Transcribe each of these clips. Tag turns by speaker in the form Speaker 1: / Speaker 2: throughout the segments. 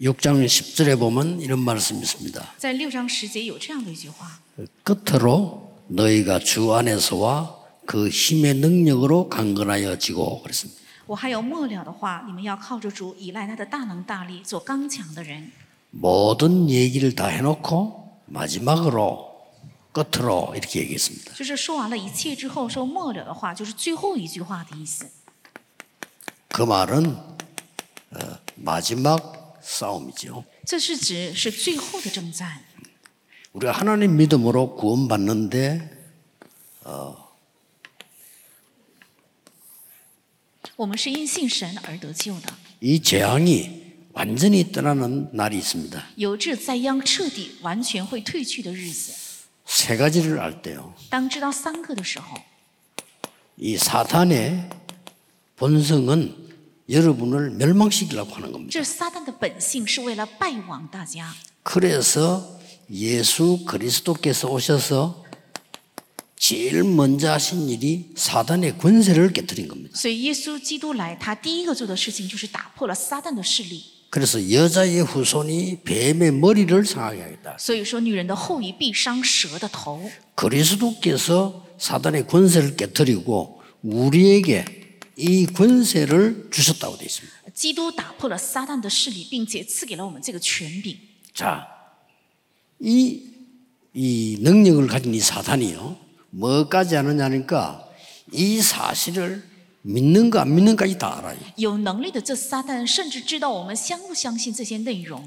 Speaker 1: 6장 10절에 보면 이런 말씀이 있습니다.
Speaker 2: 在六章十节有这样的一句话：
Speaker 1: 끝으로 너희가 주 안에서와 그 힘의 능력으로 강건하여지고 그랬습니다.
Speaker 2: 我还有末了的话，你们要靠着主，依赖他的大能大力，做刚强的人。
Speaker 1: 모든 얘기를 다 해놓고 마지막으로 끝으로 이렇게 얘기했습니다.
Speaker 2: 就是说完了一切之后，说末了的话，就是最后一句话的意思。
Speaker 1: 그 말은 어, 마지막 싸움이죠.
Speaker 2: 这是指是最后的征战。
Speaker 1: 우리가 하나님 믿음으로 구원받는데
Speaker 2: 我们是因信神而得救的，
Speaker 1: 이 재앙이 완전히 떠나는 날이 있습니다.
Speaker 2: 有志灾殃彻底完全会退去的日子。
Speaker 1: 세 가지를 알 때요.
Speaker 2: 当知道三个的时候，
Speaker 1: 이 사탄의 본성은 여러분을 멸망시키려고 하는 겁니다.
Speaker 2: 这撒旦的本性是为了败亡大家，
Speaker 1: 그래서 예수 그리스도께서 오셔서 제일 먼저 하신 일이 사단의 권세를 깨뜨린 겁니다.
Speaker 2: 所以耶稣基督来，他第一个做的事情就是打破了撒旦的势力。
Speaker 1: 그래서 여자의 후손이 뱀의 머리를 상하게 하겠다.
Speaker 2: 所以说，女人的后裔必伤蛇的头。
Speaker 1: 그리스도께서 사단의 권세를 깨뜨리고 우리에게 이 권세를 주셨다고 되어 있습니다.
Speaker 2: 基督打破了撒旦的势力，并且赐给了我们这个权柄。
Speaker 1: 자, 이, 이 능력을 가진 이 사탄이요. 뭐까지 하느냐니까 이 사실을 믿는가 안 믿는가까지 다 알아요.
Speaker 2: 有能力的这撒旦甚至知道我们相不相信这些内容，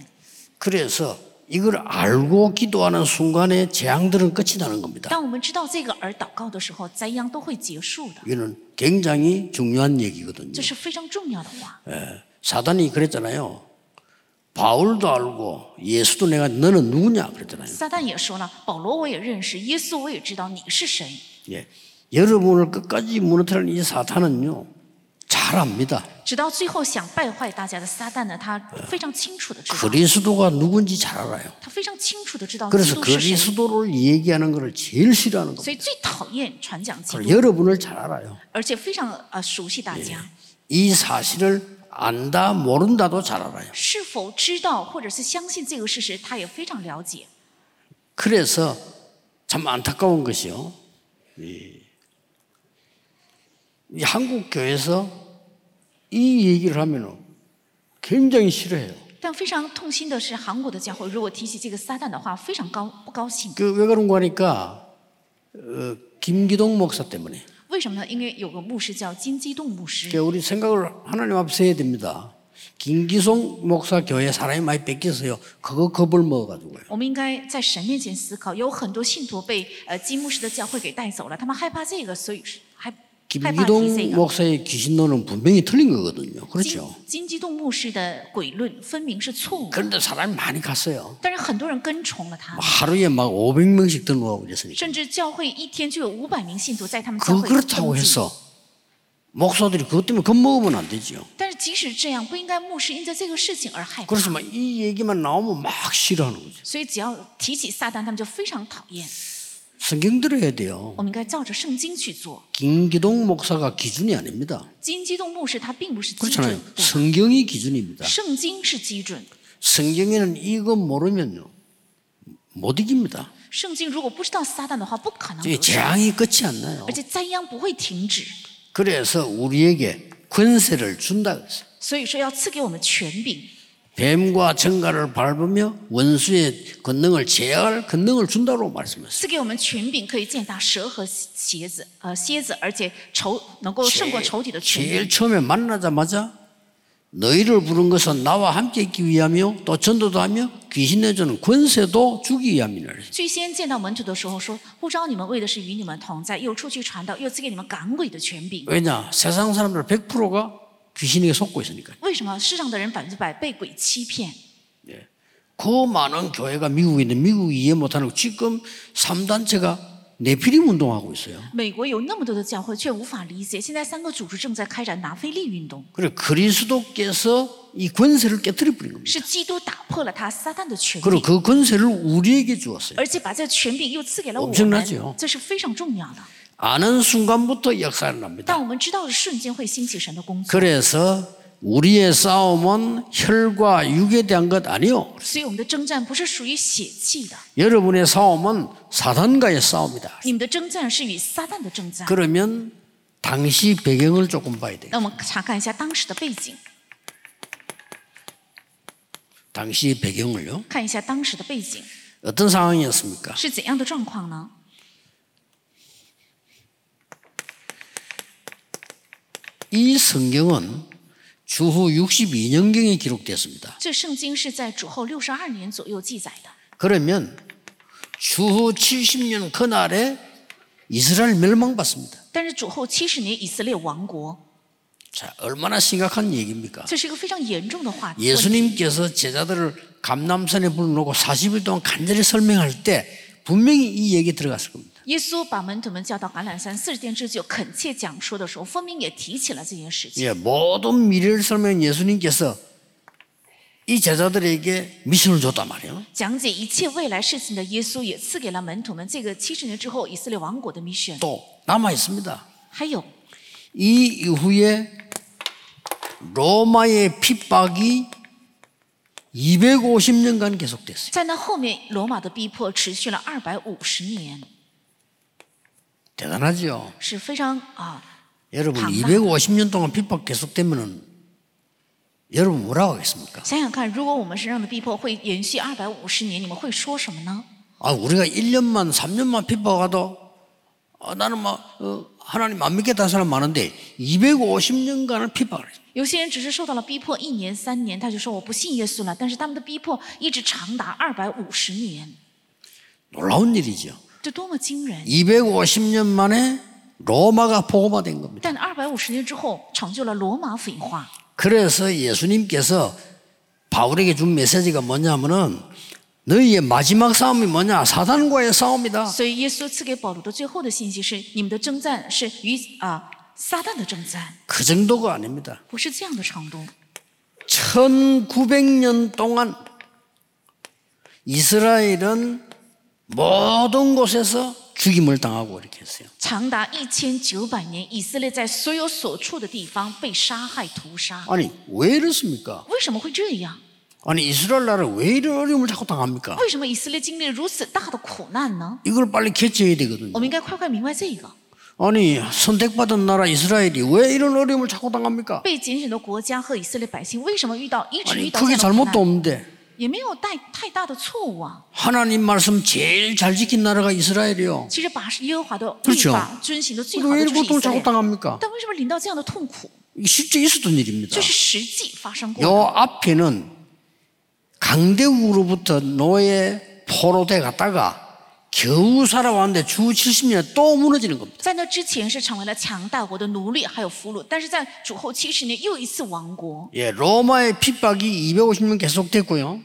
Speaker 1: 그래서 이걸 알고 기도하는 순간에 재앙들은 끝이 나는 겁니다.
Speaker 2: 当我们知道这个而祷告的时候，灾殃都会结束的。
Speaker 1: 이거는 굉장히 중요한 얘기거든요.
Speaker 2: 这是非常重要的话。
Speaker 1: 예, 사단이 그랬잖아요. 바울도 알고 예수도 내가 너는 누구냐 그랬잖아요.
Speaker 2: 撒旦也说了，保罗我也认识，耶稣我也知道你是谁。
Speaker 1: 예. 여러분을 끝까지 무너뜨리는 이 사탄은요. 잘 압니다.
Speaker 2: 直到最后想败坏大家的撒旦呢，他非常清楚的知道，
Speaker 1: 그리스도가 누군지 잘 알아요.
Speaker 2: 他非常清楚的知道基
Speaker 1: 그래서
Speaker 2: 督是谁，
Speaker 1: 그리스도를 얘기하는 것을 제일 싫어하는 겁니다.
Speaker 2: 所以最讨厌传讲基
Speaker 1: 그걸
Speaker 2: 督，
Speaker 1: 여러분을 잘 알아요.
Speaker 2: 而且非常呃熟悉大家。
Speaker 1: 이 사실을 안다 모른다도 잘 알아요.
Speaker 2: 是否知道或者是相信这个事实，他也非常了解。
Speaker 1: 그래서 참 안타까운 것이요. 이- 이 한국 교회에서 이 얘기를 하면 굉장히 싫어해요.
Speaker 2: 但非常痛心的是，韩国的教会如果提起这个撒旦的话，非常高不高兴。
Speaker 1: 그 왜 그런 거니까 어, 김기동 목사 때문에.
Speaker 2: 为什么呢？因为有个牧师叫金基栋牧
Speaker 1: 그러니까
Speaker 2: 师，
Speaker 1: 우리 생각을 하나님 앞에 해야 됩니다. 김기송 목사 교회 사람이 많이 뺏겼어요. 그거 겁을 먹어가지고요.
Speaker 2: 我们应该在神面前思考，有很多信徒被呃金牧师的教会给带走了，他们害怕这个，所以是害害怕提这
Speaker 1: 김기동
Speaker 2: 个。
Speaker 1: 목사의 귀신론은 분명히 틀린 거거든요.
Speaker 2: 金
Speaker 1: 그렇죠.
Speaker 2: 金基栋牧师的诡论分明是错误的，
Speaker 1: 그런데 사람이 많이 갔어요.
Speaker 2: 但是很多人跟从了他，
Speaker 1: 하루에 막 500명씩 등록하고 그랬으니까.
Speaker 2: 甚至教会一天就有五百名信徒在他们教
Speaker 1: 그
Speaker 2: 会登
Speaker 1: 그렇다고
Speaker 2: 记。
Speaker 1: 해서 목사들이 그것 때문에 겁먹으면 안 되죠.
Speaker 2: 但是即使这样，不应该牧师因着这个事情而害怕。
Speaker 1: 그래서 막 이 얘기만 나오면 막 싫어하는 거죠.
Speaker 2: 所以只要提起撒旦，他们就非常讨厌。
Speaker 1: 성경 들어야 돼요.
Speaker 2: 我们应该照着圣经去做。
Speaker 1: 김기동 목사가 기준이 아닙니다.
Speaker 2: 金基动牧师他并不是基准
Speaker 1: 그렇잖아요. ， 성경이 기준입니다.
Speaker 2: 圣经是基准。
Speaker 1: 성경에는 이거 모르면요 못 이깁니다.
Speaker 2: 圣经如果不知道撒旦的话，不可能
Speaker 1: 이
Speaker 2: 得胜，
Speaker 1: 재앙이 끝이 안 나요.
Speaker 2: 而且灾殃不会停止。
Speaker 1: 그래서 우리에게 권세를 준다 그랬어요.
Speaker 2: 所以说要赐给我们权柄，
Speaker 1: 뱀과 정갈을 밟으며 원수의 권능을 제어할 권능을 준다고 말씀했어요.
Speaker 2: 赐给我们权柄可以践踏蛇和蝎子，呃蝎子，而且仇能够胜过仇敌的权
Speaker 1: 제일
Speaker 2: 柄。
Speaker 1: 처음에 만나자마자 너희를 부른 것은 나와 함께 있기 위하며 또 전도도 하며 귀신 내주는 권세도 주기 위함이라. 그랬어요.
Speaker 2: 最先见到门徒的时候说：“呼召你们为的是与你们同在，又出去传道，又赐给你们赶鬼的权柄。
Speaker 1: 왜냐 세상 사람들 100%가 귀신에게 속고 있으니까. ”
Speaker 2: 为什么世上的人百分之百被鬼欺骗？
Speaker 1: 그 많은 교회가 미국에 있는 미국이 이해 못하는 거. 지금 3단체가 내피림 운동하고 있어요.
Speaker 2: 美国有那么多的教会，却无法理解。现在三个组织正在开展拿非利运动，
Speaker 1: 그리고 그리스도께서 이 권세를 깨뜨려 버린 겁니다.
Speaker 2: 是基督打破了他撒旦的权
Speaker 1: 그리고
Speaker 2: 柄，
Speaker 1: 그 권세를 우리에게 주었어요.
Speaker 2: 而且把这权柄又赐给了我
Speaker 1: 엄청나죠
Speaker 2: 们，这是非常重要的。
Speaker 1: 아는 순간부터 역사를 납니다.
Speaker 2: 但我们知道的瞬间会兴起神的工作，
Speaker 1: 그래서 우리의 싸움은 혈과 육에 대한 것 아니요.
Speaker 2: 所以我们的征战不是属于血气的，
Speaker 1: 여러분의 싸움은 사단과의 싸움이다.
Speaker 2: 你们的征战是与撒旦的征战。
Speaker 1: 그러면 당시 배경을 조금 봐야 돼요.
Speaker 2: 那我们查看一下当时的背景，
Speaker 1: 당시 배경을요.
Speaker 2: 看一下当时的背景
Speaker 1: 어떤 상황이었습니까?
Speaker 2: 是怎样的状况呢？
Speaker 1: 이 성경은 주후 62년경에 기록됐습니다.
Speaker 2: 这圣经是在主后六十二年左右记载的。
Speaker 1: 그러면 주후 70년 그날에 이스라엘 멸망받습니다.
Speaker 2: 但是主后七十年以色列亡国，
Speaker 1: 자, 얼마나 심각한 얘기입니까?
Speaker 2: 这是一个非常严重的话题。
Speaker 1: 예수님께서 제자들을 감남산에 불러놓고 40일 동안 간절히 설명할 때 분명히 이 얘기 들어갔을 겁니다.
Speaker 2: 耶稣把门徒们叫到橄榄山四十天之久，恳切讲说的时候，分明也提起了这件事情。
Speaker 1: 예, 모든 미래를 설명한 예수님께서 이 제자들에게 미션을 줬단 말이에요.
Speaker 2: 讲解一切未来事情的耶稣，也赐给了门徒们这个七十年之后以色列王国的 mission。
Speaker 1: 또 남아 있습니다.
Speaker 2: 还有，
Speaker 1: 이 이후에 로마의 핍박이 250년간 계속됐어요.
Speaker 2: 在那后面，罗马的逼迫持续了二百五十年，
Speaker 1: 대단하죠.
Speaker 2: 是非常啊，
Speaker 1: 여러분
Speaker 2: 강박.
Speaker 1: 250년 동안 핍박 계속되면은 여러분 뭐라고 하겠습니까?
Speaker 2: 想想看，如果我们身上的逼迫会延续二百五十年，你们会说什么呢？
Speaker 1: 아, 우리가 1년만 3년만 핍박하도 아, 나는 막 어, 하나님 안 믿겠다는 사람 많은데 250년간을 핍박을 했어요.
Speaker 2: 有些人只是受到了逼迫一年三年，他就说我不信耶稣了，但是他们的逼迫一直长达二百五十年，
Speaker 1: 놀라운 일이죠.
Speaker 2: 这多么惊人！
Speaker 1: 250년 만에 로마가 복음화된 겁니다.
Speaker 2: 但二百五十年之后，成就了罗马腐化。
Speaker 1: 그래서 예수님께서 바울에게 준 메시지가 뭐냐면은 너희의 마지막 싸움이 뭐냐? 사단과의 싸움이다.
Speaker 2: 所以耶稣赐给保罗的最后的信息是：你们的征战是与啊、撒旦的征战，
Speaker 1: 그 정도가 아닙니다.
Speaker 2: 不是这样的程度。
Speaker 1: 1900년 동안 이스라엘은 모든 곳에서 죽임을 당하고 이렇게 했어요.
Speaker 2: 长达一千九百年，以色列在所有所处的地方被杀害、屠杀。
Speaker 1: 아니, 왜 이렇습니까?
Speaker 2: 为什么会这样？
Speaker 1: 아니, 이스라엘 나라 왜 이런 어려움을 자꾸 당합니까?
Speaker 2: 为什么以色列经历如此大的苦难呢？
Speaker 1: 이걸 빨리 개최해야 되거든요.
Speaker 2: 我们应该快快明白这个。
Speaker 1: 아니, 선택받은 나라 이스라엘이 왜 이런 어려움을 자꾸 당합니까?
Speaker 2: 被拣选的国家和以色列百姓为什么遇到一直
Speaker 1: 아니,
Speaker 2: 遇到
Speaker 1: 그게
Speaker 2: 这样的苦
Speaker 1: 잘못도
Speaker 2: 难？
Speaker 1: 없는데.
Speaker 2: 也没有带太大的错误啊。
Speaker 1: 하나님 말씀 제일 잘 지킨 나라가 이스라엘이요.
Speaker 2: 其实把耶和华的
Speaker 1: 그렇
Speaker 2: 律
Speaker 1: 죠
Speaker 2: 法遵行的最好
Speaker 1: 왜
Speaker 2: 的就是
Speaker 1: 보통
Speaker 2: 以色
Speaker 1: 자꾸
Speaker 2: 列。
Speaker 1: 당합니까?
Speaker 2: 但为什么临到这样的痛苦？
Speaker 1: 이게 실제 있었던 일입니다.
Speaker 2: 这是实际发生过的。
Speaker 1: 요 앞에는 강대국으로부터 노예 포로돼 갔다가 겨우 살아왔는데 주 70년에 또 무너지는 겁니다.
Speaker 2: 在那之前是成为了强大国的奴隶，还有俘虏，但是在主后七十年又一次亡国。
Speaker 1: 예, 로마의 핍박이 250년 계속됐고요.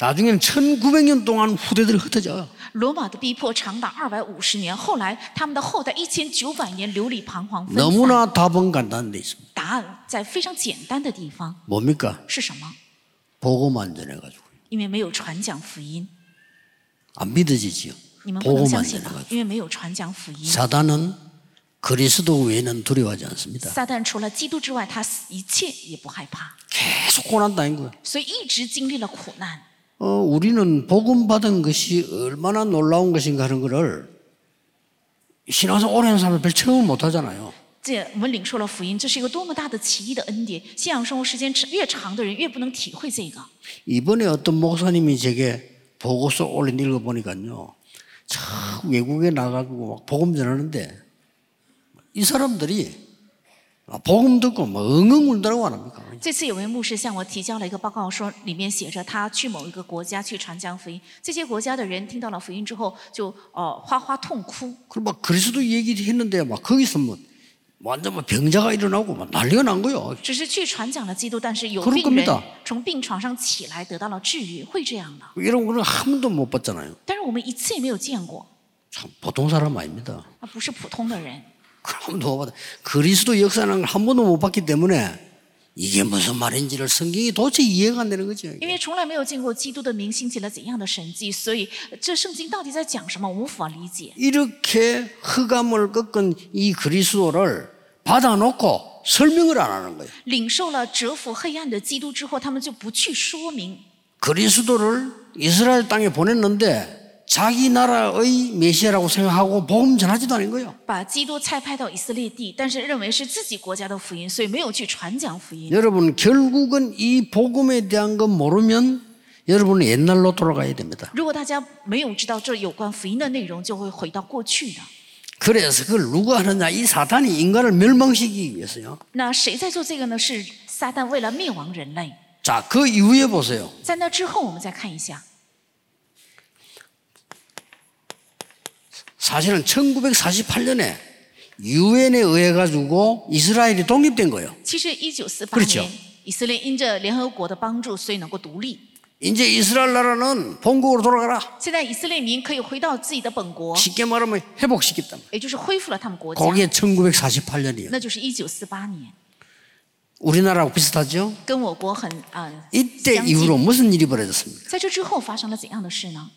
Speaker 1: 나중에는 1900년 동안 후대들이 흩어져요.
Speaker 2: 罗马的逼迫长达二百五十年，后来他们的后代一千九百年流离彷徨分散。
Speaker 1: 너무나 답은 간단한 데 있습니다.
Speaker 2: 答案在非常简单的地方
Speaker 1: 뭡니까?
Speaker 2: 是什么？
Speaker 1: 보고만 전해가지고.
Speaker 2: 因为没有传讲福音，
Speaker 1: 안 믿어지지요.
Speaker 2: 你们不能
Speaker 1: 보고만
Speaker 2: 相信吗
Speaker 1: 전해가지고. ？
Speaker 2: 因为没有传讲福音。
Speaker 1: 사단은 그리스도 외에는 두려워하지 않습니다.
Speaker 2: 撒旦除了基督之外，他一切也不害怕，
Speaker 1: 계속 고난당인 거예요.
Speaker 2: 所以一直经历了苦难。
Speaker 1: 어, 우리는 복음 받은 것이 얼마나 놀라운 것인가 하는 것을 신앙생 오래 한 사람은 별 체험을 못 하잖아요.
Speaker 2: 这我们领受了福音，这是一个多么大的奇异的恩典！信仰生活时间越长的人，越不能体会这个。
Speaker 1: 이번에 어떤 목사님이 제게 보고서 올린 읽어보니까요. 참 외국에 나가고 막 복음 전하는데 이 사람들이 복음 듣고 막 엉엉 울더라고 안 합니까?
Speaker 2: 这次有位牧师向我提交了一个报告说，里面写着他去某一个国家去传讲福音，这些国家的人听到了福音之后就呃哗哗痛哭，
Speaker 1: 그리고 막 그리스도 얘기를 했는데 막 거기서 뭐 완전 뭐 병자가 일어나고 막 난리가 난 거예요.
Speaker 2: 只是去传讲了基督，但是有
Speaker 1: 그럴
Speaker 2: 病人
Speaker 1: 겁니다
Speaker 2: 从病床上起来得到了治愈，会这样的。
Speaker 1: 이런 거는 한 번도 못 봤잖아요.
Speaker 2: 但是我们一次也没有见过，
Speaker 1: 참 보통 사람 아닙니다.
Speaker 2: 他不是普通的人。
Speaker 1: 그럼도 못 봤다. 그리스도 역사는 한 번도 못 봤기 때문에 이게 무슨 말인지를 성경이 도대체 이해가 안 되는 거죠.
Speaker 2: 因为从来没有见过基督的明星起了怎样的神迹，所以呃这圣经到底在讲什么，我无法理解。
Speaker 1: 이렇게 흑암을 꺾은 이 그리스도를 받아놓고 설명을 안 하는 거예요.
Speaker 2: 领受了折服黑暗的基督之后，他们就不去说明
Speaker 1: 그리스도를 이스라엘 땅에 보냈는데 자기 나라의 메시아라고 생각하고 복음 전하지도 않은 거예요.
Speaker 2: 把基督差派到以色列地，但是认为是自己国家的福音，所以没有去传讲福音。
Speaker 1: 여러분 결국은 이 복음에 대한 거 모르면 여러분은 옛날로 돌아가야 됩니다.
Speaker 2: 如果大家没有知道这有关福音的内容，就会回到过去的。
Speaker 1: 그래서 그걸 누가 하느냐 이 사탄이 인간을 멸망시키기 위해서요.
Speaker 2: 那谁在做这个呢？是撒旦为了灭亡人类。
Speaker 1: 자, 그 이후에 보세요.
Speaker 2: 在那之后，我们再看一下，
Speaker 1: 사실은 1948년에 유엔에 의해 가지고 이스라엘이 독립된 거예요.
Speaker 2: 其实一九四八
Speaker 1: 不是九
Speaker 2: 年，以色列因着联合国的帮助，所以能够独立。
Speaker 1: 이제 이스라엘 나라는 본국으로 돌아가라.
Speaker 2: 现在以色列民可以回到自己的本国，
Speaker 1: 쉽게 말하면 회복시켰단 말이에요.
Speaker 2: 也就是恢复了他们国家，
Speaker 1: 그게 1948년이에요.
Speaker 2: 那就是一九四八年，
Speaker 1: 우리나라하고 비슷하죠?
Speaker 2: 跟我国很啊、
Speaker 1: 이때
Speaker 2: 相近
Speaker 1: 이후로 무슨 일이 벌어졌습니까?
Speaker 2: 在这之后发生了怎样的事呢？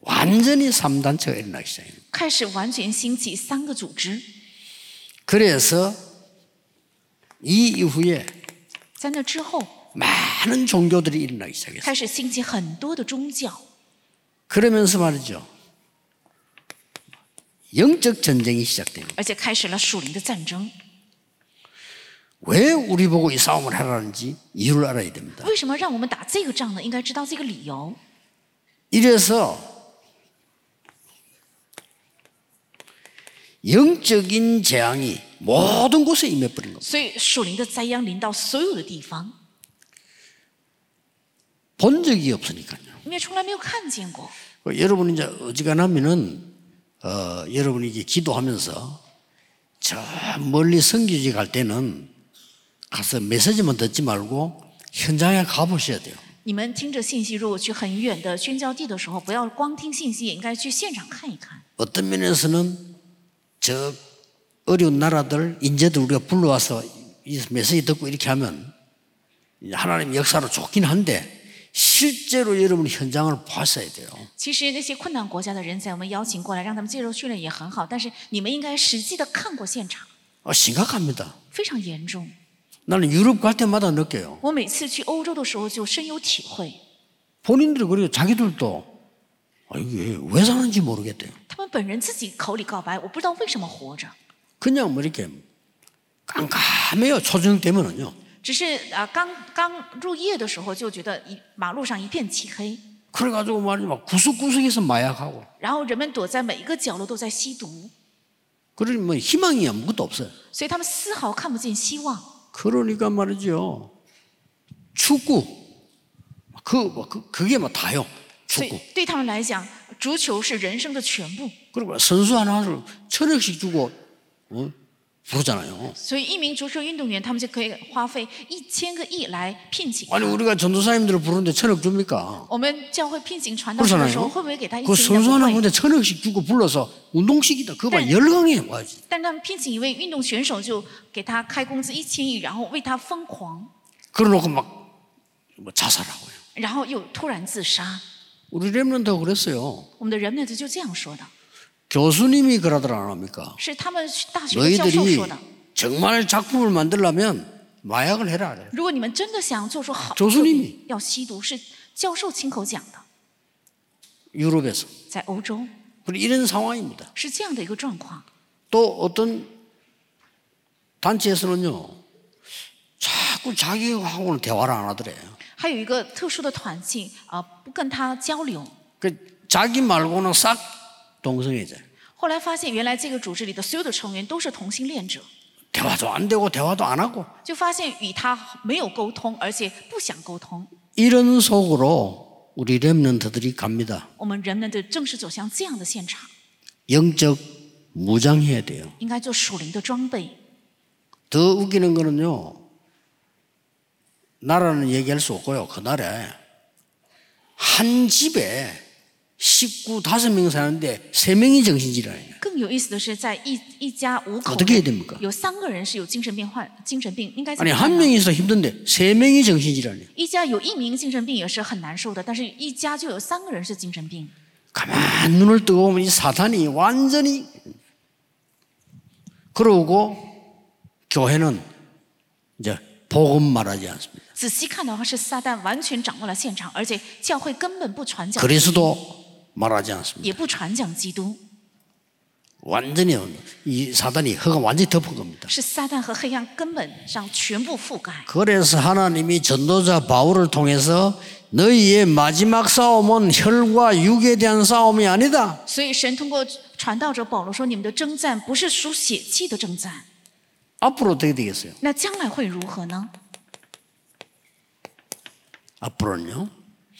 Speaker 1: 완전히 3단체가 일어나기 시작해요.
Speaker 2: 开始完全兴起三个组织，
Speaker 1: 그래서 이 이후에
Speaker 2: 在那之后
Speaker 1: 많은 종교들이 일어나기 시작했어요.
Speaker 2: 开始兴起很多的宗教，
Speaker 1: 그러면서 말이죠. 영적 전쟁이 시작됩니다.
Speaker 2: 而且开始了属灵的战争。
Speaker 1: 왜 우리 보고 이 싸움을 하라는지 이유를 알아야 됩니다.
Speaker 2: 为什么让我们打这个仗呢？应该知道这个理由。
Speaker 1: 이래서 영적인 재앙이 모든 곳에 임해버린 겁니다.
Speaker 2: 所以属灵的灾殃临到所有的地方，
Speaker 1: 본 적이 없으니까요. 그
Speaker 2: 因为从来没有看见过。
Speaker 1: 여러분 이제 어지간하면은 어, 여러분 이게 기도하면서 저 멀리 성교지 갈 때는 가서 메시지만 듣지 말고 현장에 가보셔야 돼요.
Speaker 2: 你们听着信息，如果去很远的宣教地的时候，不要光听信息，也应该去现场看一看。
Speaker 1: 어떤 면에서는 저 어려운 나라들 인재들 우리가 불러와서 이 메시지 듣고 이렇게 하면 이제 하나님 역사로 좋긴 한데 실제로 여러분 현장을 봤어야 돼요.
Speaker 2: 其实那些困难国家的人才，我们邀请过来，让他们接受训练也很好，但是你们应该实际的看过现场，
Speaker 1: 아, 심각합니다.
Speaker 2: 非常严重。
Speaker 1: 나는 유럽 갈 때마다 느껴요.
Speaker 2: 我每次去欧洲的时候就深有体会，
Speaker 1: 본인들이 그리고 자기들도 아, 이게 왜 사는지 모르겠대요.
Speaker 2: 他们本人自己口里告白，我不知道为什么活着，
Speaker 1: 그냥 뭐 이렇게 깜깜해요. 초저녁 되면은요.
Speaker 2: 只是啊、刚刚入夜的时候就觉得一马路上一片漆黑，
Speaker 1: 그래가지고 말이지 막 구석구석에서 마약하고
Speaker 2: 然后人们躲在每一个角落都在吸毒，
Speaker 1: 그러니 뭐 희망이 아무것도 없어요.
Speaker 2: 所以他们丝毫看不见希望。
Speaker 1: 그러니까 말이죠. 축구. 그, 뭐 그, 그게 뭐 다요.
Speaker 2: 所以
Speaker 1: 축구.
Speaker 2: 对他们来讲，足球是人生的全部。
Speaker 1: 그리고 뭐 선수 하나를 천억씩 주고, 어? 부르잖아요.
Speaker 2: 所以一名足球运动员，他们就可以花费一千个亿来聘请。
Speaker 1: 아니, 우리가 전도사님들을 부르는데 천억 줍니까?
Speaker 2: 我们教会聘请传道人的时候，
Speaker 1: 그렇잖아요.
Speaker 2: 会不会给他一
Speaker 1: 그
Speaker 2: 千亿？
Speaker 1: 선수
Speaker 2: 不
Speaker 1: 하나
Speaker 2: 会。
Speaker 1: 근데 천억씩 주고 불러서 운동식이다. 그거 봐. 뭐
Speaker 2: 네.
Speaker 1: 열강에 와야지.
Speaker 2: 但他们聘请一位运动选手，就给他开工资一千亿，然后为他疯狂，
Speaker 1: 그러놓고 막, 뭐 자살하고요.
Speaker 2: 然后又突然自杀。
Speaker 1: 우리 랩런트가 그랬어요.
Speaker 2: 我们的人们就这样说的，
Speaker 1: 교수님이 그러더라, 안 합니까?
Speaker 2: 是他们大学的教授
Speaker 1: 너희들이
Speaker 2: 说的。
Speaker 1: 정말 작품을 만들려면 마약을 해라. 그래요.
Speaker 2: 如果你们真的想做出好
Speaker 1: 조수님이
Speaker 2: 作品，要吸毒是教授亲口讲的，
Speaker 1: 유럽에서.
Speaker 2: 在欧洲
Speaker 1: 그리고 이런 상황입니다.
Speaker 2: 是这样的一个状况。
Speaker 1: 또 어떤 단체에서는요, 자꾸 자기하고는 대화를 안 하더래요.
Speaker 2: 还有一个特殊的团体啊、不跟他交流。
Speaker 1: 그 자기 말고는 싹 동성애자.
Speaker 2: 后来发现，原来这个组织里的所有的成员都是同性恋者，
Speaker 1: 대화도 안 되고 대화도 안 하고
Speaker 2: 就发现与他没有沟通，而且不想沟通。
Speaker 1: 이런 속으로 우리 렘넌트들이 갑니다.
Speaker 2: 我们人们的正式走向这样的现场，
Speaker 1: 영적 무장해야 돼요.
Speaker 2: 应该做属灵的装备。
Speaker 1: 더 웃기는 거는요. 나라는 얘기할 수 없고요. 그날에 한 집에 식구 다섯 명 사는데 세 명이 정신질환이에요.
Speaker 2: 更有意思的是，在一一家五口
Speaker 1: 어떻게해야됩니까
Speaker 2: 有三个人是有精神病患，精神病应该怎
Speaker 1: 아니
Speaker 2: 么
Speaker 1: 한
Speaker 2: 办呢？
Speaker 1: 명이 있어 힘든데 세 명이 정신질환이에요.
Speaker 2: 一家有一名精神病也是很难受的，但是一家就有三个人是精神病，
Speaker 1: 가만 눈을 뜨고 보면 이 사탄이 완전히 그러고 교회는 이제 복음 말하지 않습니다.
Speaker 2: 仔细看的话，是撒旦完全掌握了现场，而且教会根本不传讲，
Speaker 1: 그리스도 말하지 않습니다.
Speaker 2: 也不传讲基督，
Speaker 1: 완전히 이 사단이 허가 완전히 덮은 겁니다.
Speaker 2: 是撒旦和黑暗根本上全部覆盖。
Speaker 1: 그래서 하나님이 전도자 바울을 통해서 너희의 마지막 싸움은 혈과 육에 대한 싸움이 아니다.
Speaker 2: 所以神通过传道者保罗说：“你们的征战不是属血气的征战，
Speaker 1: 앞으로 어떻게 되겠어요?
Speaker 2: 那将来会如何呢？
Speaker 1: 앞으로는요?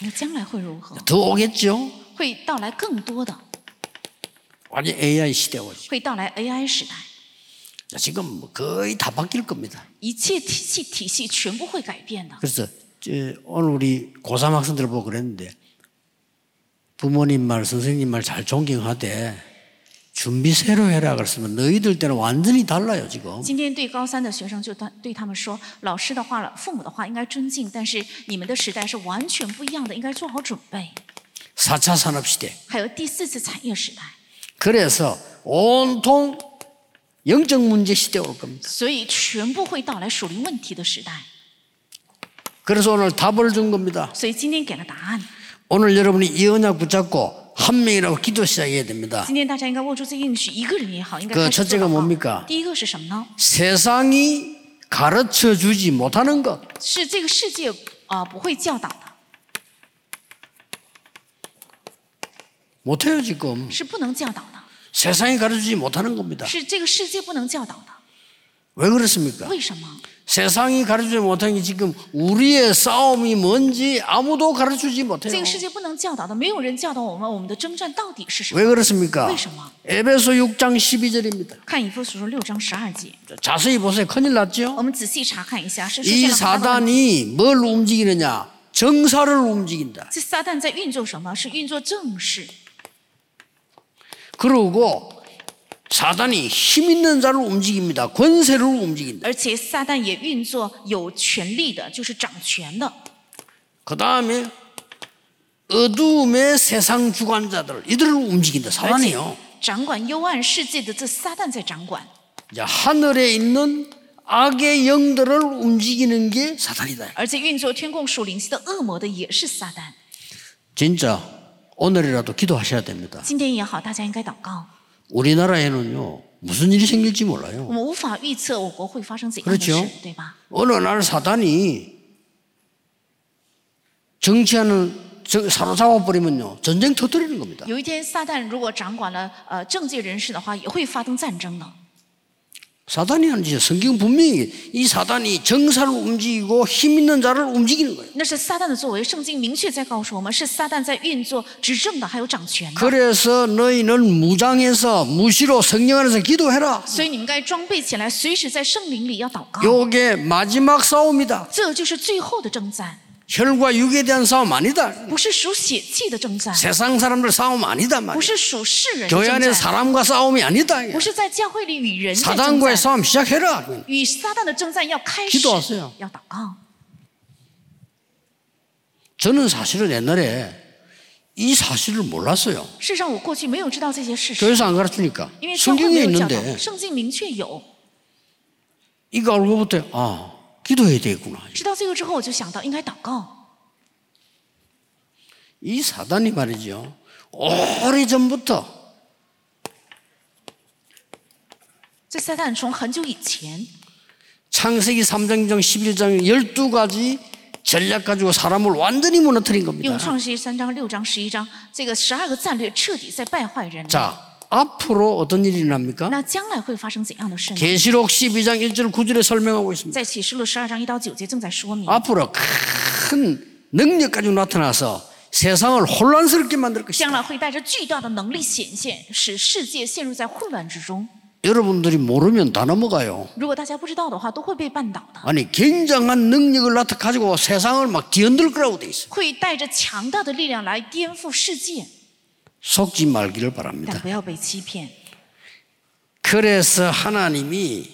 Speaker 2: 那将来会如何？
Speaker 1: 더 오겠죠?
Speaker 2: 会到来更多的，
Speaker 1: 완전 AI 시대가 오죠.
Speaker 2: 会到来 AI 时代，
Speaker 1: 지금 뭐 거의 다 바뀔 겁니다.
Speaker 2: 一切体系体系全部会改变的。”
Speaker 1: 그래서 제- 오늘 우리 고3 학생들 보고 그랬는데 부모님 말, 선생님 말 잘 존경하되 준비 새로 해라 그랬으면 너희들 때는 완전히 달라요 지금.
Speaker 2: 今天对高三的学生就对对他们说，老师的话了，父母的话应该尊敬，但是你们的时代是完全不一样的，应该做好准备。
Speaker 1: 4차 산업 시대.
Speaker 2: 还有第四次产业时代，
Speaker 1: 그래서 온통 영적 문제 시대 올 겁니다.
Speaker 2: 所以全部会到来属灵问题的时代。
Speaker 1: 그래서 오늘 답을 준 겁니다.
Speaker 2: 所以今天给了答案，
Speaker 1: 오늘 여러분이 이 언약 붙잡고 한 명이라고 기도 시작해야 됩니다.
Speaker 2: 今天大家应该握住这应许，一个人也好，应该
Speaker 1: 그첫
Speaker 2: 开始做
Speaker 1: 째가
Speaker 2: 祷告
Speaker 1: 뭡니까
Speaker 2: 第一个是什么呢？
Speaker 1: 세상이 가르쳐 주지 못하는 것.
Speaker 2: 是这个世界啊、不会教导的，
Speaker 1: 못해요 지금.
Speaker 2: 是不能教导的，
Speaker 1: 세상이 가르쳐 주지 못하는 겁니다.
Speaker 2: 是这个世界不能教导的。
Speaker 1: 왜 그렇습니까?
Speaker 2: 为什么？
Speaker 1: 세상이 가르치지 못한 게 지금 우리의 싸움이 뭔지 아무도 가르치지
Speaker 2: 这
Speaker 1: 못해요.
Speaker 2: 个世界不能教导的，没有人教导我们，我们的征战到底是什么？
Speaker 1: 왜 그렇습니까?
Speaker 2: 为什么?
Speaker 1: 에베소 6장 12절입니다.
Speaker 2: 看以弗所书六章十二节。
Speaker 1: 자세히 보세요. 큰일
Speaker 2: 我
Speaker 1: 났죠?
Speaker 2: 们仔细查看一下，是出
Speaker 1: 이
Speaker 2: 现了很大的问题
Speaker 1: 사단이 뭘 움직이느냐? 정사를 움직인다.
Speaker 2: 这撒旦在运作什么？是运作正事，
Speaker 1: 그러고 사단이 힘 있는 자를 움직입니다. 권세를 움직인다.
Speaker 2: 而且撒旦也运作有权力的，就是掌权的，
Speaker 1: 그 다음에 어둠의 세상 주관자들 이들을 움직인다.
Speaker 2: 而且
Speaker 1: 사단이요.
Speaker 2: 掌管幽暗世界的这撒旦在掌管，
Speaker 1: 이제 하늘에 있는 악의 영들을 움직이는 게 사탄이다.
Speaker 2: 而且运作天共属灵系的恶魔的也是撒旦。
Speaker 1: 진짜 오늘이라도 기도하셔야 됩니다.
Speaker 2: 今天也好，大家应该祷告。
Speaker 1: 우리나라에는요 무슨 일이 생길지
Speaker 2: 我
Speaker 1: 몰라요.
Speaker 2: 们无法预测我国会发生怎样的
Speaker 1: 그렇죠
Speaker 2: 事，对吧？
Speaker 1: 어느 날 사단이 정치하는 저- 사로잡아 버리면요 전쟁 터뜨리는 겁니다.
Speaker 2: 有一天，撒旦如果掌管了呃政界人士的话，也会发动战争的。
Speaker 1: 사단이 하는지 성경 분명히 이 사단이 정사를 움직이고 힘 있는 자를 움직이는 거예요.
Speaker 2: 那是撒旦的作为，圣经明确在告诉我们，是撒旦在运作执政的，还有掌权的。
Speaker 1: 그래서 너희는 무장해서 무시로 성령 안에서 기도해라.
Speaker 2: 所以你们该装备起来，随时在圣灵里要祷告。
Speaker 1: 요게 마지막 싸움이다.
Speaker 2: 这就是最后的征战，
Speaker 1: 혈과 육에 대한 싸움 아니다.
Speaker 2: 不是属血气的征战，
Speaker 1: 세상 사람들 싸움 아니다
Speaker 2: 不
Speaker 1: 말이야.
Speaker 2: 是属世人的
Speaker 1: 교회
Speaker 2: 征
Speaker 1: 안에
Speaker 2: 战，
Speaker 1: 사람과 싸움이 아니다.
Speaker 2: 不是在教会里与人的征
Speaker 1: 사단과의
Speaker 2: 战，
Speaker 1: 싸움 시작해라.
Speaker 2: 与撒旦的征战要开始
Speaker 1: 기도하세요 ，
Speaker 2: 要祷告。
Speaker 1: 저는 사실은 옛날에 이 사실을 몰랐어요.
Speaker 2: 事实上，我过去没有知道这些事实，
Speaker 1: 교회에서 안 가르치니까
Speaker 2: 因为教会没
Speaker 1: 성경에
Speaker 2: 有教导
Speaker 1: 있는데 ，
Speaker 2: 圣经明确有。
Speaker 1: 이거 알고부터 아 기도해야 되겠구나.
Speaker 2: 知道这个之后，我就想到应该祷告。
Speaker 1: 이 사단이 말이죠. 오래 전부터
Speaker 2: 这撒旦从很久以前，
Speaker 1: 창세기 3장 11장 12가지 전략 가지고 사람을 완전히 무너뜨린
Speaker 2: 用
Speaker 1: 겁니다.
Speaker 2: 创世纪三章、六章、十一章这个十二个战略，彻底在败坏人类。
Speaker 1: 자 앞으로 어떤 일이 납니까?
Speaker 2: 那将来会发生怎样的事呢？
Speaker 1: 계시록 12장 1절 9절에 설명하고 있습니다.
Speaker 2: 在启示录十二章一到九节正在说明，
Speaker 1: 앞으로 큰 능력 가지고 나타나서 세상을 혼란스럽게 만들 것이다.
Speaker 2: 将来会带着巨大的能力显现，使世界陷入在混乱之中。
Speaker 1: 여러분들이 모르면 다 넘어가요.
Speaker 2: 如果大家不知道的话，都会被绊倒的，
Speaker 1: 아니 굉장한 능력을 나타 가지고 세상을 막 뒤흔들 거라고 돼 있어.
Speaker 2: 会带着强大的力量来颠覆世界。
Speaker 1: 속지 말기를
Speaker 2: 但
Speaker 1: 바랍니다.
Speaker 2: 不要被欺骗。
Speaker 1: 그래서 하나님이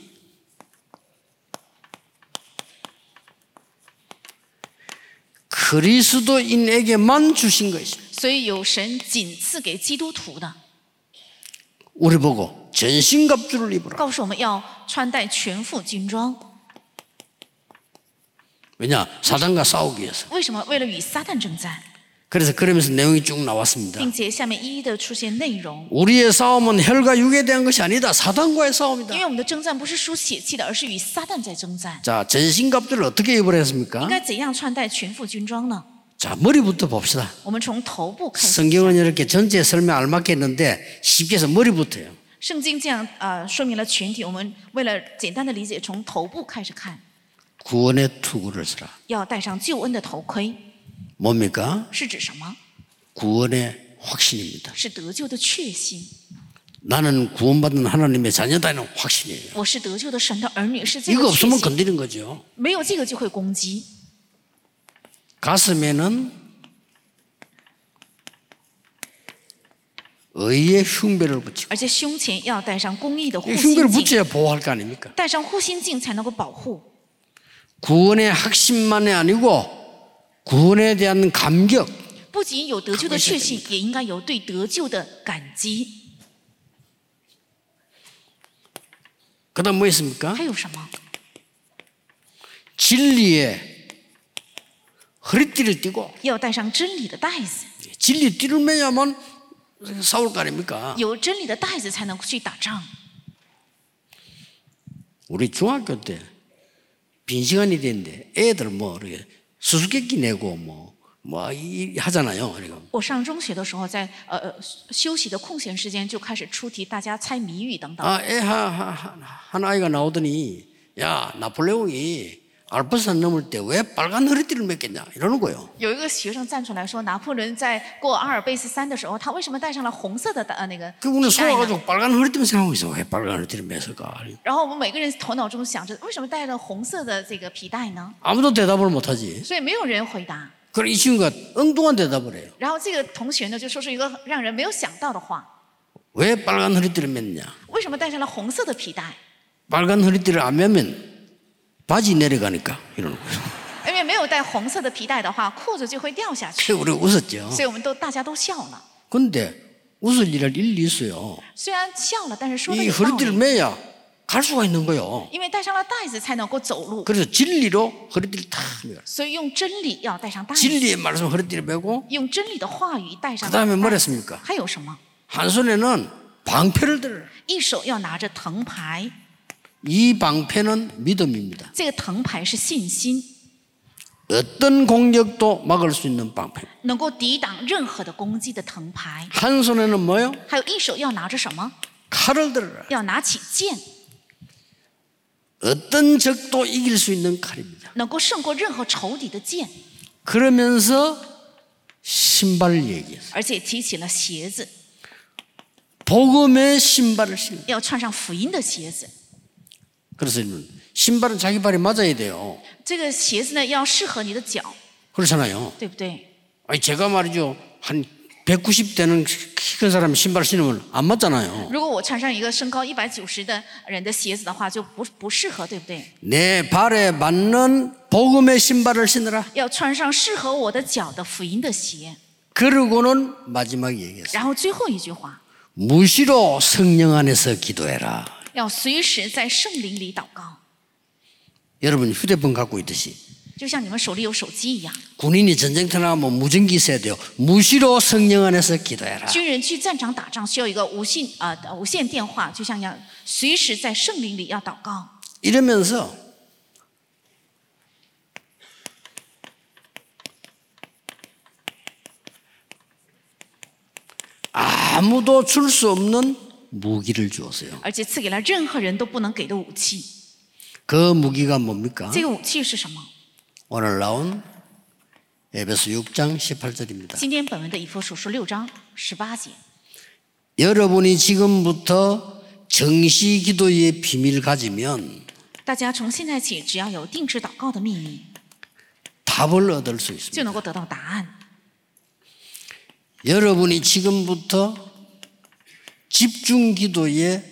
Speaker 1: 그리스도인에게만 주신 것이
Speaker 2: 所以有神仅赐给基督徒的，
Speaker 1: 우리 보고 전신갑주를 입어라.
Speaker 2: 告诉我们要穿戴全副军装。
Speaker 1: 왜냐? 사단과 싸우기 위해서.
Speaker 2: 为什么？为了与撒旦征战，
Speaker 1: 그래서 그러면서 내용이 쭉 나왔습니다.
Speaker 2: 并且下面一一的出现内容。
Speaker 1: 우리의 싸움은 혈과 육에 대한 것이 아니다. 사단과의
Speaker 2: 因
Speaker 1: 싸움이다.
Speaker 2: 为我们的啊征战不是输血气的，而是与撒旦在征战。
Speaker 1: 자, 전신갑주를 어떻게 입으라 했습니까?
Speaker 2: 应该怎样穿戴全副军装呢？
Speaker 1: 자, 머리부터 봅시다.
Speaker 2: 我们从头部开始。
Speaker 1: 성경은 이렇게 전체 설명 알맞게 했는데 쉽게 해서 머리부터요.
Speaker 2: 圣经这样呃说明了群体。我们为了简单的理解，从头部开始看，
Speaker 1: 구원의 투구를 쓰라.
Speaker 2: 要戴上救恩的头盔，
Speaker 1: 뭡니까?
Speaker 2: 是指什么？
Speaker 1: 구원의 확신입니다.
Speaker 2: 是得救的确信。
Speaker 1: 나는 구원받은 하나님의 자녀다는 확신이에요.
Speaker 2: 我是得救的神的儿女，是这
Speaker 1: 이거
Speaker 2: 个确
Speaker 1: 없으면
Speaker 2: 信。
Speaker 1: 건드리는 거죠.
Speaker 2: 没有这个就会攻击。
Speaker 1: 가슴에는 의의 흉배를 붙이고
Speaker 2: 而且胸前要戴上公义的护
Speaker 1: 이 흉배를
Speaker 2: 心镜，
Speaker 1: 붙여야 보호할 거 아닙니까?
Speaker 2: 戴上护心镜才能够保护。
Speaker 1: 구원의 확신만이 아니고 구원에 대한 감격,
Speaker 2: 不仅有得救的确信，也应该有对得救的感激。
Speaker 1: 그 다음 뭐 있습니까?
Speaker 2: 还有什么？
Speaker 1: 진리에 허리띠를 띠고
Speaker 2: 要戴上真理的带子，
Speaker 1: 진리 띠를 매야만 싸울 거 아닙니까?
Speaker 2: 有真理的带子才能去打仗。
Speaker 1: 우리 중학교 때 빈 시간이 됐는데 애들 뭐 이렇게 수수께끼 내고 뭐뭐 하잖아요. 그러니까
Speaker 2: 我上中学的时候在，呃呃休息的空闲时间就开始出题，大家猜谜语等等。
Speaker 1: 아 애 하- 하- 하- 한 아이가 나오더니 야 나폴레옹이 알프스산 넘을 때 왜 빨간 허리띠를 맸겠냐 이러는 거예요.
Speaker 2: 有一个学生站出来说，拿破仑在过阿尔卑斯山的时候，他为什么戴上了红色的呃那个
Speaker 1: 그 오늘
Speaker 2: 皮带呢
Speaker 1: 속아가지고 빨간 허리띠만 생각하고 있어. 왜 빨간 허리띠를 맸을까?
Speaker 2: 然后我们每个人头脑中想着，为什么戴着红色的这个皮带呢？
Speaker 1: 아무도 대답을 못하지.
Speaker 2: 所以没有人回答。
Speaker 1: 그럼 이 친구가 엉뚱한 대답을 해요.
Speaker 2: 然后这个同学呢，就说出一个让人没有想到的话：
Speaker 1: 왜 빨간 허리띠를 맸냐?
Speaker 2: 为什么戴上了红色的皮带？
Speaker 1: 빨간 허리띠를 안 매면 바지 내려가니까 이러는 거예요.
Speaker 2: 因为没有戴红色的皮带的话，裤子就会掉下去。
Speaker 1: 그래서 우리가 웃었죠.
Speaker 2: 所以我们都大家都笑了。
Speaker 1: 근데 웃을 일할 일이 있어요.
Speaker 2: 虽然笑了，但是说的
Speaker 1: 이
Speaker 2: 有道
Speaker 1: 허리띠를
Speaker 2: 理，
Speaker 1: 매야 갈 수가 있는 거예요.
Speaker 2: 因为戴上了带子才能够走路，
Speaker 1: 그래서 진리로 허리띠를 탁 매요.
Speaker 2: 所以用真理要戴上带子，
Speaker 1: 진리의 말씀 허리띠를 매고
Speaker 2: 用真理的话语戴上
Speaker 1: 그
Speaker 2: 带
Speaker 1: 다음에
Speaker 2: 子。
Speaker 1: 뭘 했습니까?
Speaker 2: 还有什么？
Speaker 1: 한 손에는 방패를 들어요.
Speaker 2: 一手要拿着藤牌，
Speaker 1: 이 방패는 믿음입니다.
Speaker 2: 这个藤牌是信心，
Speaker 1: 어떤 공격도 막을 수 있는 방패.
Speaker 2: 能够抵挡任何的攻击的藤牌。
Speaker 1: 한 손에는 뭐요?
Speaker 2: 还有一手要拿着什么？
Speaker 1: 칼을 들어라.
Speaker 2: 要拿起剑，
Speaker 1: 어떤 적도 이길 수 있는 칼입니다.
Speaker 2: 能够胜过任何仇敌的剑，
Speaker 1: 그러면서 신발을 얘기했어요.
Speaker 2: 而且提起了鞋子，
Speaker 1: 복음의 신발을 신는.
Speaker 2: 要穿上福音的鞋子。
Speaker 1: 그래서 이는 신발은 자기 발에 맞아야 돼요.
Speaker 2: 这个鞋子呢，要适合你的脚，
Speaker 1: 그렇잖아요.
Speaker 2: 对不对？
Speaker 1: 아니 제가 말이죠. 한 190 되는 키 큰 사람 신발 신으면 안 맞잖아요.
Speaker 2: 如果我穿上一个身高一百九十的人的鞋子的话，就不不适合，对不对？
Speaker 1: 내 발에 맞는 복음의 신발을 신으라.
Speaker 2: 要穿上适合我的脚的福音的鞋。
Speaker 1: 그러고는 마지막에 얘기했어요.
Speaker 2: 然后最后一句话，
Speaker 1: 무시로 성령 안에서 기도해라.
Speaker 2: 要随时在圣灵里祷告，
Speaker 1: 여러분 휴대폰 갖고 있듯이
Speaker 2: 就像你们手里有手机一样。
Speaker 1: 군인이 전쟁터 나가면 뭐 무전기 있어야 돼요. 무시로 성령 안에서 기도해라.
Speaker 2: 军人去战场打仗需要一个无线啊、呃、无线电话，就像要随时在圣灵里要祷告。
Speaker 1: 이러면서 아무도 줄 수 없는 무기를 주었어요.
Speaker 2: 而且赐给了任何人都不能给的武器。
Speaker 1: 그 무기가 뭡니까?
Speaker 2: 这个武器是什么？
Speaker 1: 오늘 나온 에베소 6장 18절입니다.
Speaker 2: 今天本文的以弗所书六章十八节，
Speaker 1: 여러분이 지금부터 정시 기도의 비밀 가지면
Speaker 2: 大家从现在起，只要有定制祷告的秘密，
Speaker 1: 답을 얻을 수 있습니다.
Speaker 2: 就能够得到答案。
Speaker 1: 여러분이 지금부터 집중 기도에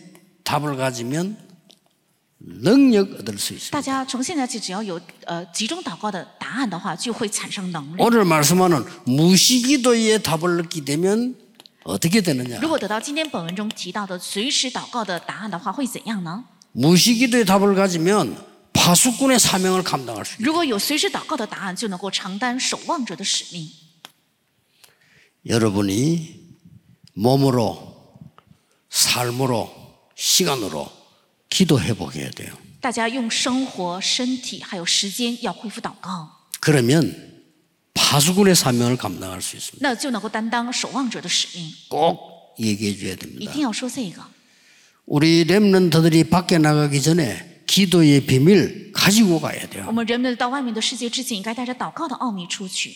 Speaker 1: 답을 가지면 능력 얻을 수 있습니다.
Speaker 2: 大家从现在起，只要有呃集中祷告的答案的话，就会产生能力。
Speaker 1: 오늘 말씀하는 무시 기도에 답을 얻게 되면 어떻게 되느냐?
Speaker 2: 如果得到今天本文中提到的随时祷告的答案的话，会怎样呢？
Speaker 1: 무시기도의 답을 가지면 파수꾼의 사명을 감당할 수 있어요.
Speaker 2: 如果有随时祷告的答案，就能够承担守望者的使命。
Speaker 1: 여러분이 몸으로, 삶으로, 시간으로 기도해 보게 돼요.
Speaker 2: 大家用生活、身体还有时间要恢复祷告，
Speaker 1: 그러면 파수꾼의 사명을 감당할 수 있습니다.
Speaker 2: 那就能够担当守望者的使命。
Speaker 1: 꼭 얘기해 줘야
Speaker 2: 一
Speaker 1: 됩니다.
Speaker 2: 定要说这个。
Speaker 1: 우리 렘넌트들이 밖에 나가기 전에 기도의 비밀 가지고 가야
Speaker 2: 我
Speaker 1: 돼요.
Speaker 2: 们人们到外面的世界之前，应该带着祷告的奥秘出去。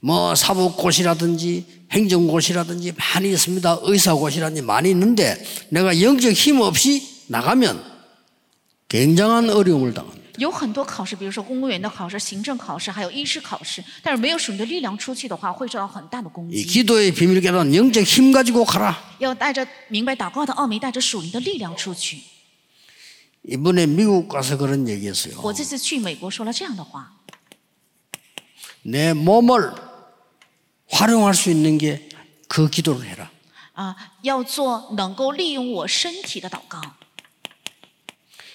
Speaker 1: 뭐 사법고시라든지 행정고시라든지 많이 있습니다. 의사고시라든지 많이 있는데 내가 영적 힘 없이 나가면 굉장한 어려움을 당합니다.
Speaker 2: 有很多考试，比如说公务员的考试、行政考试，还有医师考试，但是没有属灵的力量出去的话，会受到很大的攻
Speaker 1: 이
Speaker 2: 击。
Speaker 1: 기도의 비밀 깨달은 영적 힘 가지고 가라.
Speaker 2: 要带着明白祷告的奥秘，带着属灵的力量出去。
Speaker 1: 이번에 미국 가서 그런 얘기했어요.
Speaker 2: 我这次去美国说了这样的话：
Speaker 1: 내 몸을 활용할 수 있는 게 그 기도를 해라.
Speaker 2: 啊，要做能够利用我身体的祷告，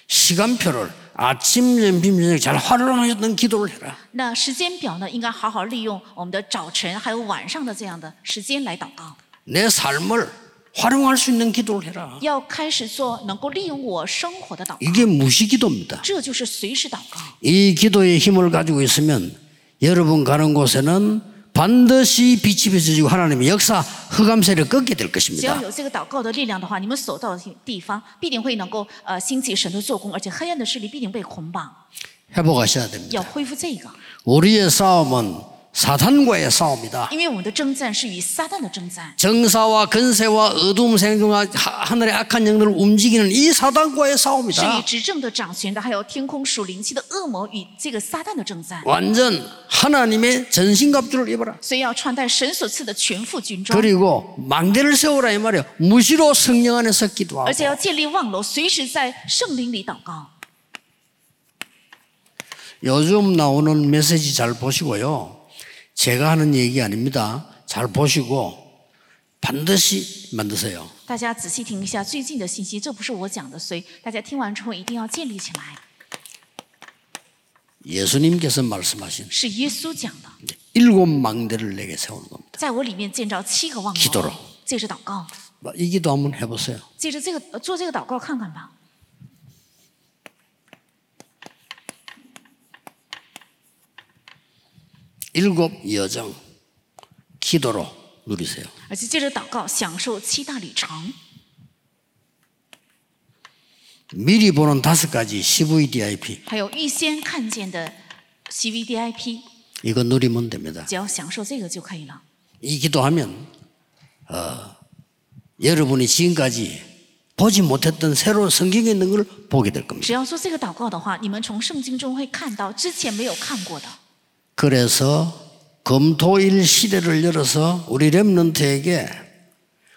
Speaker 1: 시간표를 아침, 점심, 저녁 잘 활용하셨던 기도를 해라.
Speaker 2: 那时间表呢，应该好好利用我们的早晨还有晚上的这样的时间来祷告。
Speaker 1: 내 삶을 활용할 수 있는 기도를 해라.
Speaker 2: 要开始做能够利用我生活的祷告，
Speaker 1: 이게 무시기도입니다.
Speaker 2: 这就是随时祷告。
Speaker 1: 이 기도의 힘을 가지고 있으면 여러분 가는 곳에는 반드시 빛이 비춰지고 하나님의 역사 흑암세를 꺾게 될
Speaker 2: 只要
Speaker 1: 것입니다.
Speaker 2: 有这个祷告的力量的话，你们所到的地方必定会能够呃兴起神的做工，而且黑暗的势力必定被捆绑。
Speaker 1: 회복하셔야 됩니다.
Speaker 2: 要恢复这个，
Speaker 1: 우리의 싸움은 사탄과의 싸움이다.
Speaker 2: 因为我们的征战是与撒旦的征战，
Speaker 1: 정사와 근세와 어둠 생존과 하- 하늘의 악한 영들을 움직이는 이 사단과의
Speaker 2: 是与
Speaker 1: 싸움이다.
Speaker 2: 执政的、掌权的，还有天空属灵气的恶魔与这个撒旦的征战。
Speaker 1: 완전 하나님의 전신갑주를 입어라.
Speaker 2: 所以要穿戴神所赐的全副军装，
Speaker 1: 그렇죠? 그리고 망대를 세우라 이 말이에요. 무시로 성령 안에서
Speaker 2: 而
Speaker 1: 기도하고
Speaker 2: 且要建立望楼，随时在圣灵里祷告。
Speaker 1: 요즘 나오는 메시지 잘 보시고요. 제가 하는 얘기 아닙니다. 잘 보시고 반드시 만드세요.
Speaker 2: 大家仔细听一下最近的信息，这不是我讲的，所以大家听完之后一定要建立起来。
Speaker 1: 예수님께서 말씀하신
Speaker 2: 是耶稣讲的，
Speaker 1: 일곱 망대를 내게 세우는 겁니다.
Speaker 2: 在我里面建造七个望
Speaker 1: 记得了
Speaker 2: 楼。借着祷告，
Speaker 1: 뭐 이 기도 한번 해보세요.
Speaker 2: 借着这个呃做这个祷告看看吧。
Speaker 1: 일곱 여정 기도로 누리세요.
Speaker 2: 而且借着祷告享受七大里程，
Speaker 1: 미리 보는 다섯 가지 CVDIP
Speaker 2: 还有预先看见的 CVDIP，
Speaker 1: 이거 누리면 됩니다.
Speaker 2: 只要享受这个就可以了。
Speaker 1: 이 기도하면 어, 여러분이 지금까지 보지 못했던 새로운 성경에 있는 걸 보게 될 겁니다.
Speaker 2: 只要做这个祷告的话，你们从圣经中会看到之前没有看过的。
Speaker 1: 그래서 검토일 시대를 열어서 우리 렘넌트에게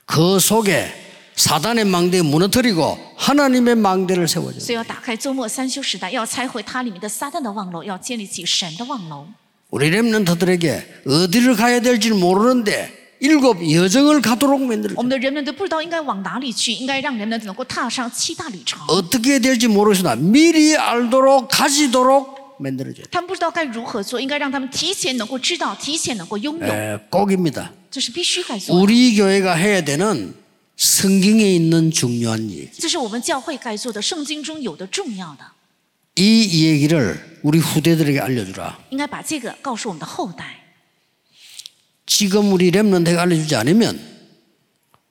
Speaker 1: 그 속에 사단의 망대 무너뜨리고 하나님의 망대를 세워줘.
Speaker 2: 所以要打开周末三休时代，要拆毁它里面的撒旦的望楼，要建立起神的望楼。
Speaker 1: 우리 렘넌트들에게 어디를 가야 될지 모르는데 일곱 여정을 가도록 만들어.
Speaker 2: 我们的人们都不知道应该往哪里去，应该让人们能够踏上七大旅程。
Speaker 1: 어떻게 해야 될지 모르시나 미리 알도록 가지도록 만들어줘.
Speaker 2: 他们不知道该如何做，应该让他们提前能够知道，提前能够拥有，
Speaker 1: 에, 예, 꼭입니다.
Speaker 2: 这是必须该做的，
Speaker 1: 우리 교회가 해야 되는 성경에 있는 중요한 일.
Speaker 2: 这是我们教会该做的，圣经中有的重要的，
Speaker 1: 이 얘기를 우리 후대들에게 알려주라.
Speaker 2: 应该把这个告诉我们的后代。
Speaker 1: 지금 우리 랩런트가 알려주지 않으면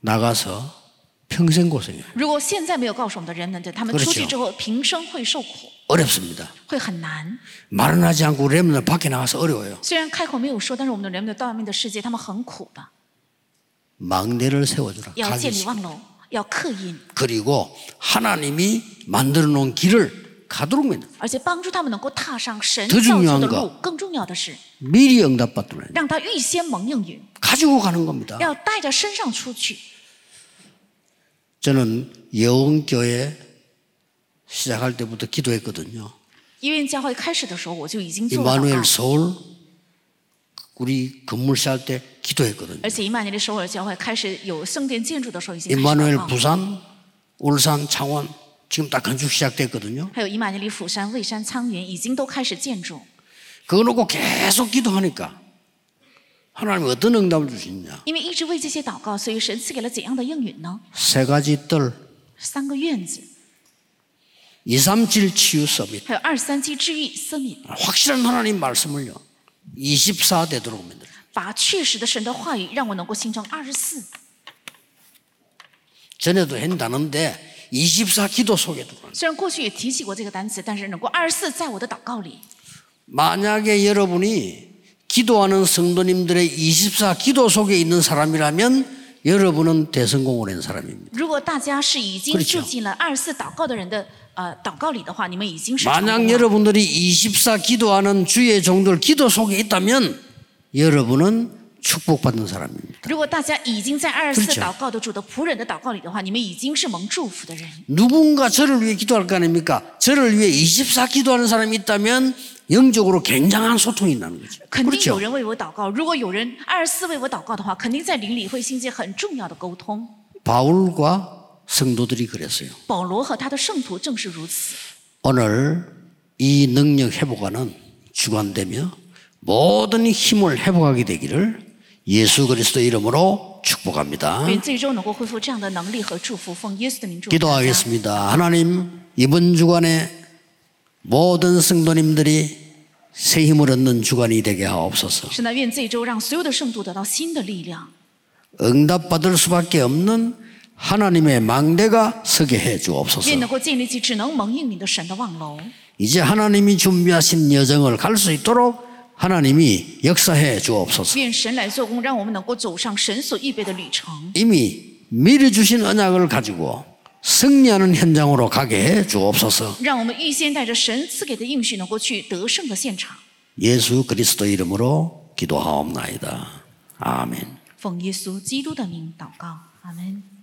Speaker 1: 나가서 평생 고생해요.
Speaker 2: 如果现在没有告诉我们的人们，对他们
Speaker 1: 그렇죠
Speaker 2: 出去之后平生会受苦，
Speaker 1: 어렵습니다.
Speaker 2: 会很难。
Speaker 1: 말은 하지 않고 랩런트 밖에 나가서 어려워요.
Speaker 2: 虽然开口没有说，但是我们的人们到外面的世界，他们很苦的，
Speaker 1: 망대를 세워주라.
Speaker 2: 要建立
Speaker 1: 가기식.
Speaker 2: 望楼，要刻印，
Speaker 1: 그리고 하나님이 만들어 놓은 길을 가도록 만들어.
Speaker 2: 而且帮助他们能够踏上神
Speaker 1: 더
Speaker 2: 造就
Speaker 1: 중요한
Speaker 2: 的
Speaker 1: 거
Speaker 2: 路。更重要的是，
Speaker 1: 미리 응답받도록. 해요.
Speaker 2: 让他预先蒙应允。
Speaker 1: 가지고 가는 겁니다.
Speaker 2: 要带着身上出去。
Speaker 1: 저는 여운교회 시작할 때부터 기도했거든요.
Speaker 2: 因为教会开始的时候，我就已经做了祷
Speaker 1: 이마누엘
Speaker 2: 告。
Speaker 1: 서울 우리 건물 세할 때 기도했거든요.
Speaker 2: 而且以马内利首尔教会开始有圣殿建筑的时候，已经开始祷
Speaker 1: 임마누엘
Speaker 2: 告
Speaker 1: 부산, 울산, 창원 지금 다 건축 시작됐거든요.
Speaker 2: 还有以马内利釜山、蔚山、沧源已经都开始建筑。
Speaker 1: 그거 놓고 계속 기도하니까 하나님이 어떤 응답을 주시냐?
Speaker 2: 因为一直为这些祷告，所以神赐给了怎样的应允呢？
Speaker 1: 세 가지 뜰,
Speaker 2: 三个院子，
Speaker 1: 237 치유 서밋.
Speaker 2: 还有二三七治愈森林，
Speaker 1: 확실한 하나님 말씀을요. 24대도록 만들어.
Speaker 2: 把确实的神的话语让我能够形成二十四。
Speaker 1: 전에도 했다는데 24 기도 속에 들어.
Speaker 2: 虽然过去也提起过这个单词，但是能够二十四在我的祷告里。
Speaker 1: 만약에 여러분이 기도하는 성도님들의 24 기도 속에 있는 사람이라면 여러분은 대성공을 한 사람입니다.
Speaker 2: 如果大家是已经
Speaker 1: 그렇죠
Speaker 2: 住进了二十四祷告的人的呃祷告里的话，你们已经是成功
Speaker 1: 만약
Speaker 2: 了。
Speaker 1: 여러분들이 24 기도하는 주의 종들 기도 속에 있다면 여러분은 축복받는 사람입니다.
Speaker 2: 如果大家已经在二十四
Speaker 1: 그렇죠
Speaker 2: 祷告的主的仆人的祷告里的话，你们已经是蒙祝福的人。
Speaker 1: 누군가 저를 위해 기도할 거 아닙니까? 저를 위해 24 기도하는 사람이 있다면 영적으로 굉장한 소통이 나는 거죠.
Speaker 2: 肯定有
Speaker 1: 그렇죠?
Speaker 2: 人为我祷告，如果有人二十四为我祷告的话，肯定在灵里会兴起很重要的沟通。
Speaker 1: 바울과 성도들이 그랬어요.
Speaker 2: 保罗和他的圣徒正是如此。
Speaker 1: 오늘 이 능력 회복하는 주관되며 모든 힘을 회복하게 되기를 예수 그리스도 이름으로 축복합니다.
Speaker 2: 愿最终能够恢复这样的能力和祝福，奉耶稣的名祝福
Speaker 1: 啊
Speaker 2: 大家。
Speaker 1: 기도하겠습니다. 하나님 이번 주간에 모든 성도님들이 새 힘을 얻는 주간이 되게 하옵소서.
Speaker 2: 神呢，愿这一周让所有的圣徒得到新的力量，
Speaker 1: 응답받을 수밖에 없는 하나님의 망대가 서게 해
Speaker 2: 愿
Speaker 1: 주옵소서.
Speaker 2: 能够建立起只能蒙应你的神的望楼。
Speaker 1: 이제 하나님이 준비하신 여정을 갈 수 있도록 하나님이 역사해 주옵소서.
Speaker 2: 愿神来做工，让我们能够走上神所预备的旅程。
Speaker 1: 이미 미리 주신 언약을 가지고 승리하는 현장으로 가게 해 주옵소서.
Speaker 2: 让我们预先带着神赐给的应许，能够去得胜的现场。
Speaker 1: 예수 그리스도 이름으로 기도하옵나이다. 아멘.
Speaker 2: 奉耶稣基督的名祷告，阿门。